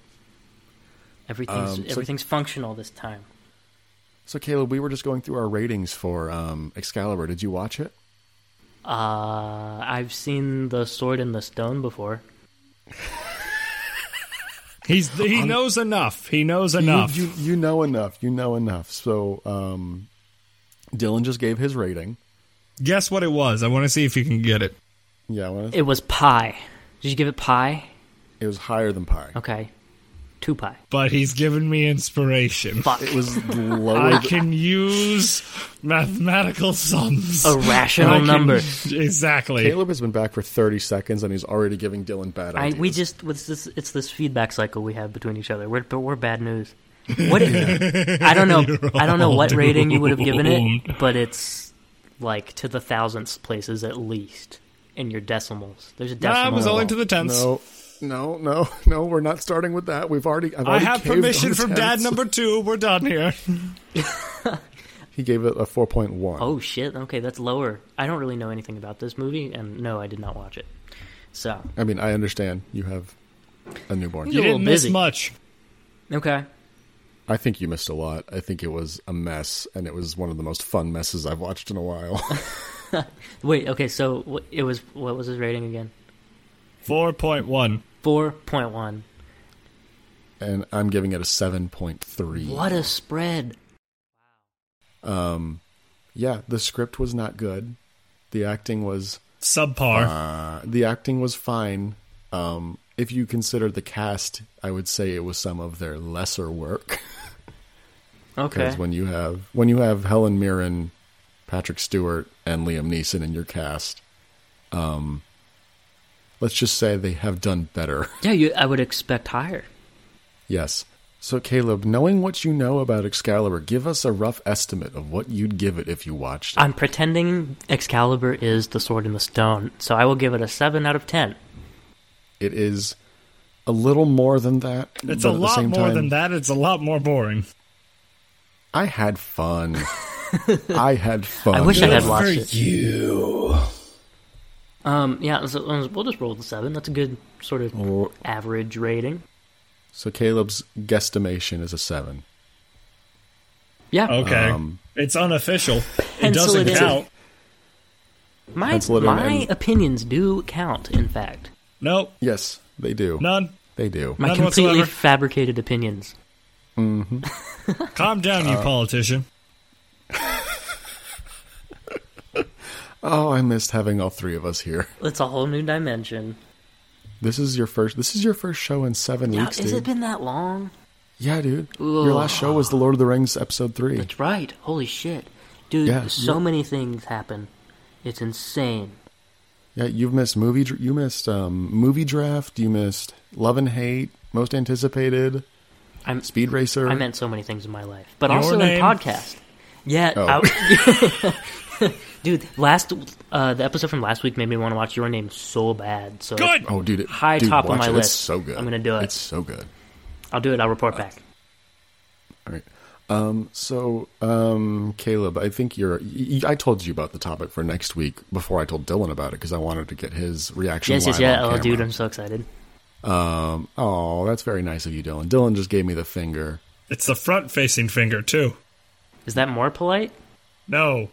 C: Everything's
B: Um, so-
C: everything's functional this time.
B: So, Caleb, we were just going through our ratings for um, Excalibur. Did you watch it?
C: Uh, I've seen the sword and the stone before.
A: He's he knows enough. He knows enough.
B: You, you, you know enough. You know enough. So, um, Dylan just gave his rating.
A: Guess what it was? I want to see if you can get it.
B: Yeah, I wanna-
C: It was pie. Did you give it pie?
B: It was higher than pi.
C: Okay. Two pi.
A: But he's given me inspiration.
C: Fuck.
B: It was lower.
A: I
B: th-
A: can use mathematical sums.
C: A rational
A: I can-
C: number.
A: Exactly.
B: Caleb has been back for 30 seconds and he's already giving Dylan bad
C: I,
B: ideas.
C: we just it's this it's this feedback cycle we have between each other. We're but we're bad news. What it, I don't know I don't know
A: all
C: what rating you would have given
A: doomed.
C: it, but it's like to the thousandths places at least in your decimals. There's a
A: Nah,
C: decimal.
A: I was only to the tenths.
B: No, no, no, no. We're not starting with that. We've already. I've
A: I
B: already
A: have
B: caved
A: permission
B: on
A: from
B: the
A: dad
B: tenths.
A: number two. We're done here.
B: He gave it a four point one.
C: Oh shit! Okay, that's lower. I don't really know anything about this movie, and no, I did not watch it. So
B: I mean, I understand you have a newborn.
A: You
C: little
A: didn't miss
C: busy.
A: much.
C: okay,
B: I think you missed a lot. I think it was a mess, and it was one of the most fun messes I've watched in a while.
C: wait, okay. So wh- it was what was his rating again?
A: Four point one.
C: Four point one.
B: and I'm giving it a seven point three.
C: What a spread!
B: Um, yeah, the script was not good. The acting was
A: Subpar.
B: Uh, the acting was fine. Um, if you consider the cast, I would say it was some of their lesser work.
C: Okay,
B: Because when you have when you have Helen Mirren, Patrick Stewart, and Liam Neeson in your cast, um, let's just say they have done better.
C: yeah, you, I would expect higher.
B: yes. So Caleb, knowing what you know about Excalibur, give us a rough estimate of what you'd give it if you watched it.
C: I'm pretending Excalibur is the sword in the stone, so I will give it a 7 out of 10.
B: It is a little more than that.
A: it's
B: but
A: a
B: at the
A: lot
B: same
A: more
B: time-
A: than that. It's a lot more boring.
B: I had fun. I had fun.
C: I wish I had
A: Good
C: watched
A: for
C: it.
A: you.
C: Um, yeah, so um, we'll just roll with the 7. That's a good sort of
A: Oh.
C: average rating.
B: So Caleb's guesstimation is a seven.
C: Yeah,
A: Okay.
B: Um,
A: it's unofficial. It
C: Pencil
A: doesn't
C: it in.
A: count.
C: my,
B: pencil it in
C: my
B: and-
C: opinions do count, in fact.
A: Nope.
B: Yes, they do.
A: None.
B: They do.
C: My
A: None
C: completely
A: whatsoever.
C: fabricated opinions.
A: Calm down,
C: Uh,
A: you politician.
B: oh, I missed having all three of us here.
C: It's a whole new dimension.
B: This is your first. This is your first show in seven
C: Yeah,
B: weeks,
C: has
B: dude.
C: it been that long?
B: yeah, dude. Your last show was the Lord of the Rings episode three.
C: That's right. Holy shit. Dude,
B: Yeah,
C: so
B: yeah.
C: many things happen. It's insane.
B: Yeah, you've missed movie. dr- You missed um, movie draft. You missed Love and Hate. Most anticipated.
C: I'm,
B: Speed Racer.
C: I meant so many things in my life, but
A: Your
C: also
A: name?
C: in podcast. Yeah,
B: Oh.
C: I- dude. Last uh, the episode from last week made me want to watch Your Name so bad. So
A: Good.
B: Oh, dude! It,
C: High
B: dude,
C: top of
B: watch
C: my
B: it.
C: list.
B: It's so good.
C: I'm gonna do it.
B: It's so good.
C: I'll do it. I'll
A: Uh,
C: report back.
B: All right. Um, so, um, Caleb, I think you're. Y- y- I told you about the topic for next week before I told Dylan about it because I wanted to get his reaction.
C: Yes, yes,
B: live
C: yeah.
B: on
C: Oh, dude,
B: camera.
C: I'm so excited.
B: Um, oh, that's very nice of you, Dylan. Dylan just gave me the finger.
A: It's the front facing finger, too.
C: Is that more polite?
A: No.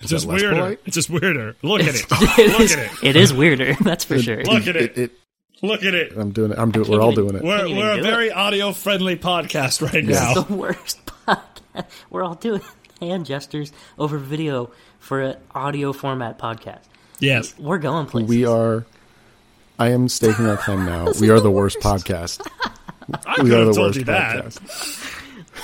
A: It's
B: that
A: just
B: less
A: weirder.
B: polite?
A: It's just weirder. Look at it.
C: It
A: Look
C: is,
A: at it.
C: it is weirder. That's for sure.
A: Look at it.
B: it,
A: Look at it.
B: I'm doing it. I'm doing. We're
C: can't
B: all
C: even-
B: doing it.
A: We're,
C: Can't even
A: we're a
C: do
A: very audio friendly podcast right
C: It's
A: now.
C: the worst podcast. We're all doing hand gestures over video for an audio format podcast.
A: Yes.
C: We're going places.
B: We are. I am staking our claim now. we are the worst podcast.
A: I
B: We
A: could
B: are the
A: have told
B: worst
A: you that.
B: podcast.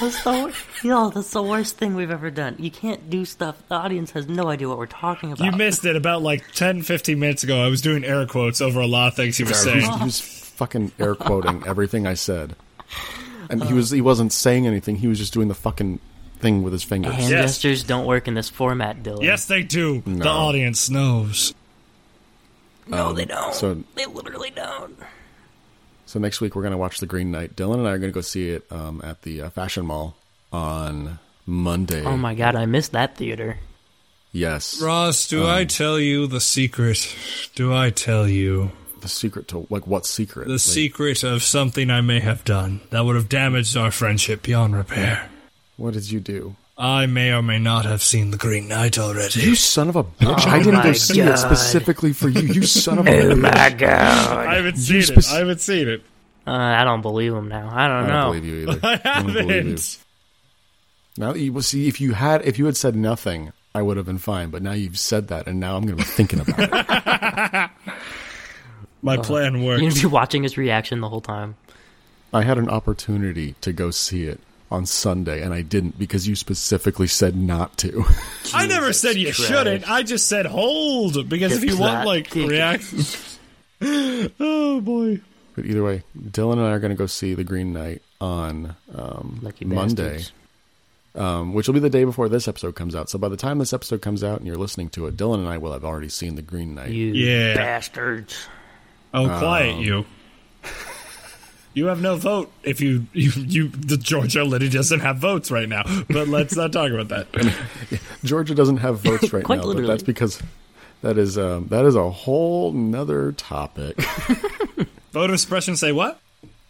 C: That's the wor- yo, that's the worst thing we've ever done. You can't do stuff. The audience has no idea what we're talking about.
A: You missed it about like 10, 15 minutes ago. I was doing air quotes over a lot of things he was saying.
B: He was fucking air quoting everything I said, and
C: Uh.
B: he was. He wasn't saying anything. He was just doing the fucking thing with his fingers.
C: Hand
A: Yes.
C: gestures don't work in this format, Dylan.
A: Yes, they do. The audience knows.
C: No, Oh, they don't.
B: so-
C: they literally don't.
B: So next week we're going to watch The Green Knight. Dylan and I are going to go see it um, at the uh, Fashion Mall on Monday.
C: Oh my god, I missed that theater.
B: Yes,
A: Ross,
B: Um.
A: do I tell you the secret? Do I tell you
B: the secret to like what secret?
A: the
B: Like,
A: secret of something I may have done that would have damaged our friendship beyond repair?
B: What did you do?
A: I may or may not have seen the Green Knight already.
B: You son of a bitch! I didn't go
C: my
B: see it
C: God.
B: specifically for you. You son of a bitch!
C: god.
A: I haven't seen
B: spec-
A: it. I haven't seen it.
C: Uh, I don't believe him now. I
B: I
C: don't
B: don't
C: know.
B: believe you either.
A: I
B: don't believe you.
A: haven't.
B: Now you well, see if you had if you had said nothing, I would have been fine. But now you've said that, and now I'm going to be thinking about it.
A: My plan
C: You're
A: worked.
C: gonna be watching his reaction the whole time.
B: I had an opportunity to go see it on Sunday, and I didn't because you specifically said not to.
A: I never said you
C: Christ.
A: shouldn't. I just said hold because if
C: Get
A: you want
C: that
A: like
C: dick.
A: reactions. oh boy.
B: but either way, Dylan and I are going to go see The Green Knight on um,
C: Lucky
B: Monday,
C: bastards.
B: um, which will be the day before this episode comes out. So by the time this episode comes out and you're listening to it, Dylan and I will have already seen The Green Knight.
C: You
A: Yeah.
C: bastards.
A: Oh, quiet you. You have no vote if you, you you the Georgia lady doesn't have votes right now. But let's not talk about that.
B: Georgia doesn't have votes right
C: Quite
B: now,
C: literally.
B: but that's because that is um, that is a whole nother topic.
A: Voter suppression say what?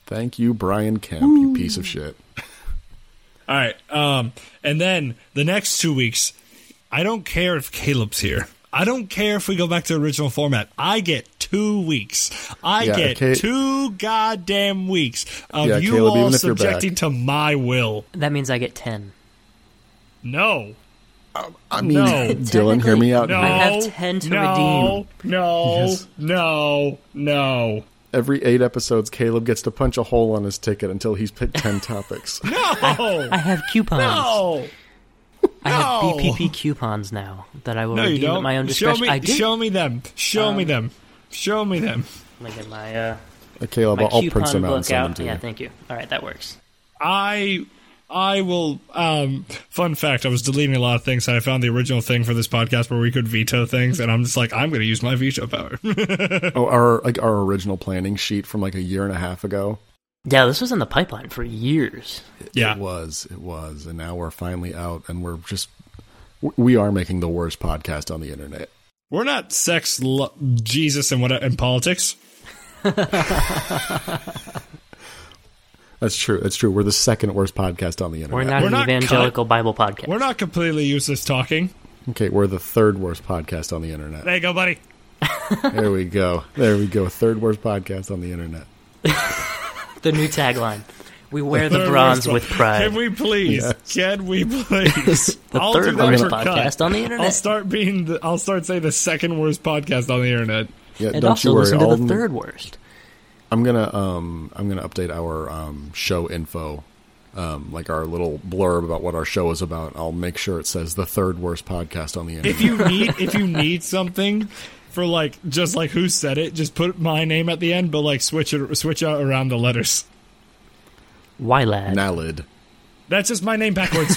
B: Thank you, Brian Kemp, you piece of shit.
A: All right. Um, and then the next two weeks, I don't care if Caleb's here. I don't care if we go back to original format. I get two weeks. I
B: Yeah,
A: get
B: Ca-
A: two goddamn weeks of
B: Yeah,
A: you
B: Caleb,
A: all
B: even if you're back.
A: subjecting to my will.
C: That means I get ten.
A: No.
B: I mean,
A: No.
B: Dylan, hear me out.
A: No.
C: I have 10 to
A: no, No.
B: Yes.
A: No. No.
B: Every eight episodes, Caleb gets to punch a hole on his ticket until he's picked ten topics.
A: No.
C: I have coupons.
A: no.
C: I have
A: no.
C: BPP coupons now that I will
A: No, you
C: redeem at
A: don't.
C: my own
A: show
C: discretion.
A: me.
C: I do. Um,
A: Show me them. Show me them. Show me them.
C: Let me get my uh,
B: Uh, Caleb,
C: my
B: I'll, I'll
C: coupon
B: print some out and
C: book
B: send
C: out.
B: them to
C: yeah,
B: you.
C: thank you. All right, that works.
A: I I will um fun fact, I was deleting a lot of things and I found the original thing for this podcast where we could veto things and I'm just like I'm going to use my veto power.
B: Oh, our like our original planning sheet from like a year and a half ago.
C: Yeah, this was in the pipeline for years.
A: yeah.
B: It was, it was, and now we're finally out, and we're just w- we are making the worst podcast on the internet.
A: We're not sex lo- Jesus and what and politics.
B: That's true. That's true. We're the second worst podcast on the internet.
C: We're not
A: We're
C: an
A: not
C: evangelical Bible podcast.
A: We're not completely useless talking.
B: Okay, we're the third worst podcast on the internet.
A: There you go, buddy.
B: There we go. There we go. Third worst podcast on the internet.
C: the new tagline. We wear the
A: Third
C: bronze
A: worst
C: with
A: po-
C: pride.
A: Can we please? Can we please?
C: the
A: I'll do
C: third
A: that
C: worst
A: for
C: podcast
A: cut.
C: on the
A: I'll
C: internet.
A: start being the, I'll start saying the second worst podcast on the internet.
B: Yeah,
C: and
B: don't
C: also
B: you worry.
C: listen to the
B: I'll-
C: third worst.
B: I'm gonna um I'm gonna update our um show info, um like our little blurb about what our show is about. I'll make sure it says the third worst podcast on the internet.
A: if you need if you need something for like just like who said it, just put my name at the end, but like switch it switch out around the letters.
C: Why, lad?
B: Nalid.
A: That's just my name backwards.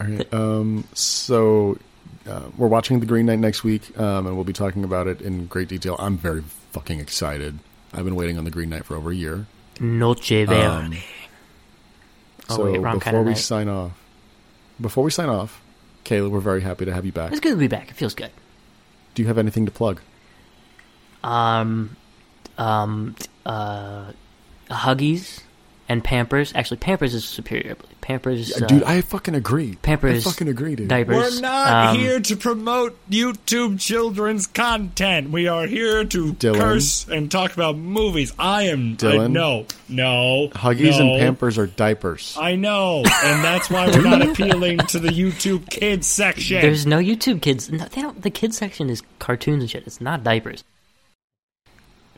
B: All right. Um. So, uh, we're watching The Green Knight next week, um, and we'll be talking about it in great detail. I'm very fucking excited. I've been waiting on The Green Knight for over a year. Um,
C: Noche Verde. Oh,
B: so
C: wait, wrong
B: before
C: kind of
B: we
C: night.
B: sign off, before we sign off, Caleb, we're very happy to have you back.
C: It's good to be back. It feels good.
B: Do you have anything to plug?
C: Um, um, uh, Huggies and Pampers. Actually, Pampers is superior. I believe. Pampers, uh,
B: dude, I fucking agree.
C: Pampers,
B: I fucking agree, dude.
C: diapers.
A: We're not
C: um,
A: here to promote YouTube children's content. We are here to
B: Dylan.
A: curse and talk about movies. I am I,
B: Dylan.
A: no, no.
B: Huggies
A: no. Uh,
B: and Pampers are diapers.
A: I know, and that's why we're not appealing to the YouTube kids section.
C: There's no YouTube kids. No, they don't. The kids section is cartoons and shit. It's not diapers.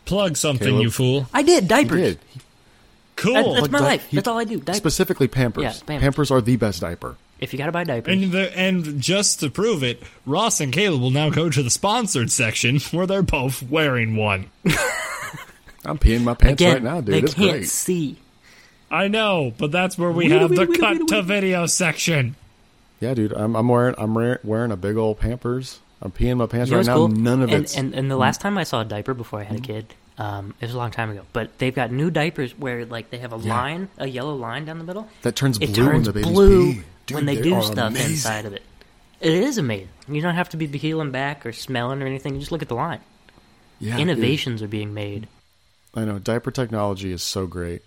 A: Plug something,
B: Caleb.
A: you fool.
C: I did
B: He
C: diapers.
B: did.
C: That-
A: Cool.
C: that's
B: But
C: my
B: di-
C: life.
B: he-
C: that's all I do. Diapers.
B: Specifically Pampers.
C: Yeah,
B: Pampers.
C: Pampers.
B: are the best diaper.
C: if you gotta buy diapers,
A: And the, and just to prove it, Ross and Caleb will now go to the sponsored section where they're both wearing one.
B: I'm peeing my pants
C: again,
B: right now,
C: they
B: dude. It's
C: can't
B: great.
C: see.
A: I know, but that's where we
C: Wait,
A: have
C: wait,
A: the
C: wait,
A: cut
C: wait,
A: to
C: wait.
A: video section.
B: Yeah, dude. I'm, I'm wearing I'm re- wearing a big old Pampers. I'm peeing my pants
C: You know
B: right
C: what's
B: now.
C: cool?
B: None of
C: and,
B: it's Mm.
C: And, and the last time I saw a diaper before I had a kid, um, it was a long time ago. But they've got new diapers where like they have a line, a yellow line down the middle.
B: that turns blue
C: it
B: when
C: turns
B: the baby's
C: blue
B: pee. Dude,
C: when they,
B: are
C: do stuff
B: amazing.
C: inside of it. It is amazing. You don't have to be peeling back or smelling or anything. You just look at the line.
B: Yeah, dude.
C: Innovations are being made.
B: I know diaper technology is so great.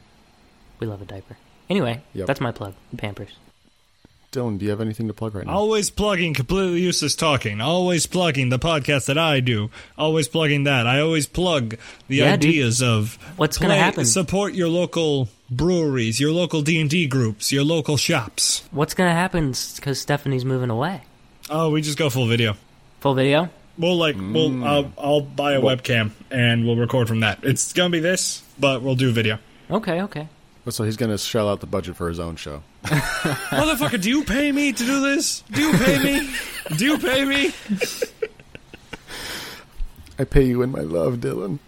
C: We love a diaper. Anyway,
B: Yep.
C: that's my plug. Pampers.
B: Dylan, do you have anything to plug right now?
A: Always plugging completely useless talking. Always plugging the podcast that I do. Always plugging that. I always plug the
C: Yeah, dude.
A: ideas of
C: What's gonna
A: play-
C: happen?
A: Support your local breweries, your local D and D groups, your local shops.
C: What's gonna happen because Stephanie's moving away?
A: Oh, we just go full video.
C: Full video.
A: We'll like
C: Mm.
A: we'll I'll, I'll buy a webcam and we'll record from that. It's gonna be this, but we'll do video.
C: Okay, okay.
B: Oh, So he's going to shell out the budget for his own show.
A: Motherfucker, do you pay me to do this? Do you pay me? Do you pay me?
B: I pay you in my love, Dylan.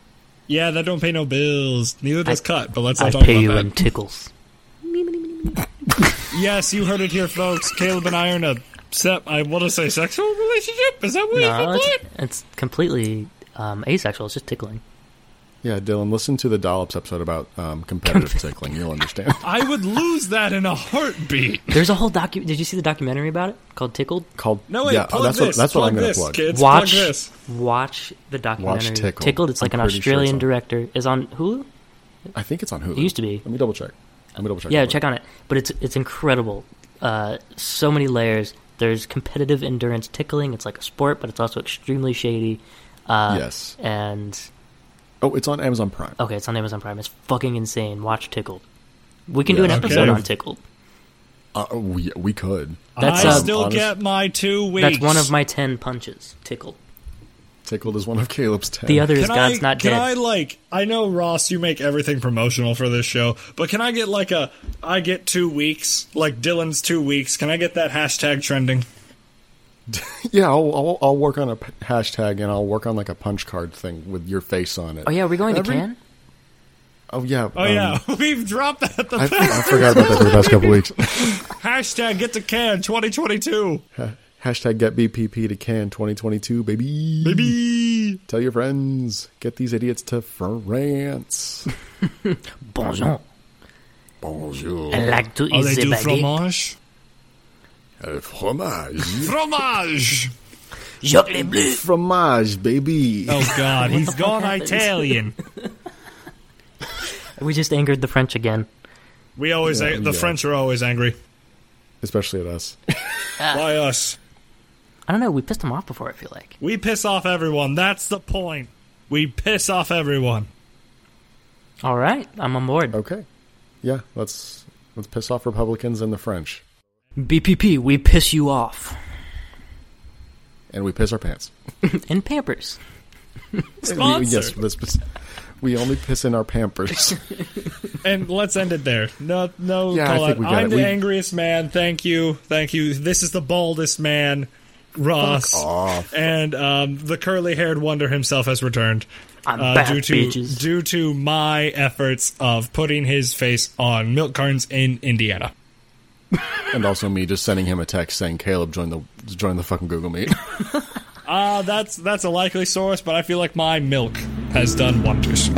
A: Yeah, that don't pay no bills. Neither does
C: I-
A: cut. But let's
C: I
A: not talk
C: pay you
A: about that.
C: in tickles.
A: Yes, you heard it here, folks. Caleb and I are in a sep. I want to say sexual relationship. Is that what you
C: No,
A: implied?
C: it's, it's completely um, asexual. It's just tickling.
B: Yeah, Dylan, listen to the Dollops episode about um, competitive tickling. You'll understand.
A: I would lose that in a heartbeat.
C: There's a whole docu. Did you see the documentary about it called Tickled?
B: Called
A: No, wait,
B: yeah,
A: plug
B: that's
A: this.
B: what that's what
A: plug
B: I'm going
A: this,
B: to plug.
A: Kids,
C: watch,
A: Plug this.
C: watch the documentary.
B: Tickled.
C: It's like
B: I'm
C: an
B: pretty sure it's
C: Australian
B: on-
C: director. Is on Hulu.
B: I think it's on Hulu.
C: It used to be.
B: Let me double check. Let me double check.
C: Yeah,
B: real
C: check
B: quick.
C: on it. But it's it's incredible. Uh, so many layers. There's competitive endurance tickling. It's like a sport, but it's also extremely shady. Uh,
B: Yes.
C: And
B: Oh, it's on Amazon Prime.
C: okay, it's on Amazon Prime. It's fucking insane. Watch Tickled. We can do
B: Yeah,
C: an
A: okay.
C: episode on Tickled.
B: Uh, we we could
C: That's,
A: I
C: uh,
A: still
B: honest-
A: get my two weeks.
C: That's one of my ten punches. Tickled.
B: tickled is one of Caleb's ten.
C: The other is
A: Can
C: God's
A: I,
C: not
A: can
C: dead.
A: I like? I know Ross, you make everything promotional for this show, but can I get like a? I get two weeks, like Dylan's two weeks. Can I get that hashtag trending?
B: Yeah, I'll, I'll I'll work on a p- hashtag and I'll work on like a punch card thing with your face on it.
C: Oh yeah, are we going
B: Every-
C: to Cannes?
B: Oh yeah.
A: Oh yeah,
C: Um,
A: we've dropped that. The
B: I, I forgot about that for the past couple weeks.
A: hashtag get to can 2022.
B: Ha- Hashtag get BPP to can 2022, baby.
A: Baby.
B: Tell your friends. Get these idiots to France.
C: Bonjour.
B: Bonjour.
C: I like to eat
A: Oh, they
C: the
A: do
C: baguette.
A: fromage.
B: fromage.
A: Fromage.
C: Chocolat bleu.
B: Fromage, baby.
A: Oh God, he's
C: the fuck
A: gone
C: happens?
A: Italian.
C: We just angered the French again.
A: We always
B: Yeah,
A: the
B: yeah.
A: French are always angry.
B: Especially at us.
C: Ah.
A: Why us?
C: I don't know. We pissed them off before. I feel like.
A: We piss off everyone. That's the point. We piss off everyone.
C: All right, I'm on
A: Oh.
C: board.
B: Okay. Yeah, let's let's piss off Republicans and the French.
C: BPP, we piss you off.
B: And we piss our pants.
C: And Pampers.
B: We,
A: Sponsor.
B: yes, let's piss- we only piss in our pampers.
A: And let's end it there. No, no.
B: Yeah, I
A: call
B: think
A: out.
B: we got
A: I'm
B: it.
A: the
B: We-
A: angriest man. Thank you, thank you. This is the baldest man, Ross,
B: off.
A: and um, the curly-haired wonder himself has returned
C: I'm back,
A: Uh, due to
C: bitches.
A: due to my efforts of putting his face on milk cartons in Indiana.
B: and also me just sending him a text saying Caleb join the join the fucking Google Meet.
A: Uh, that's that's a likely source, but I feel like my milk has done wonders.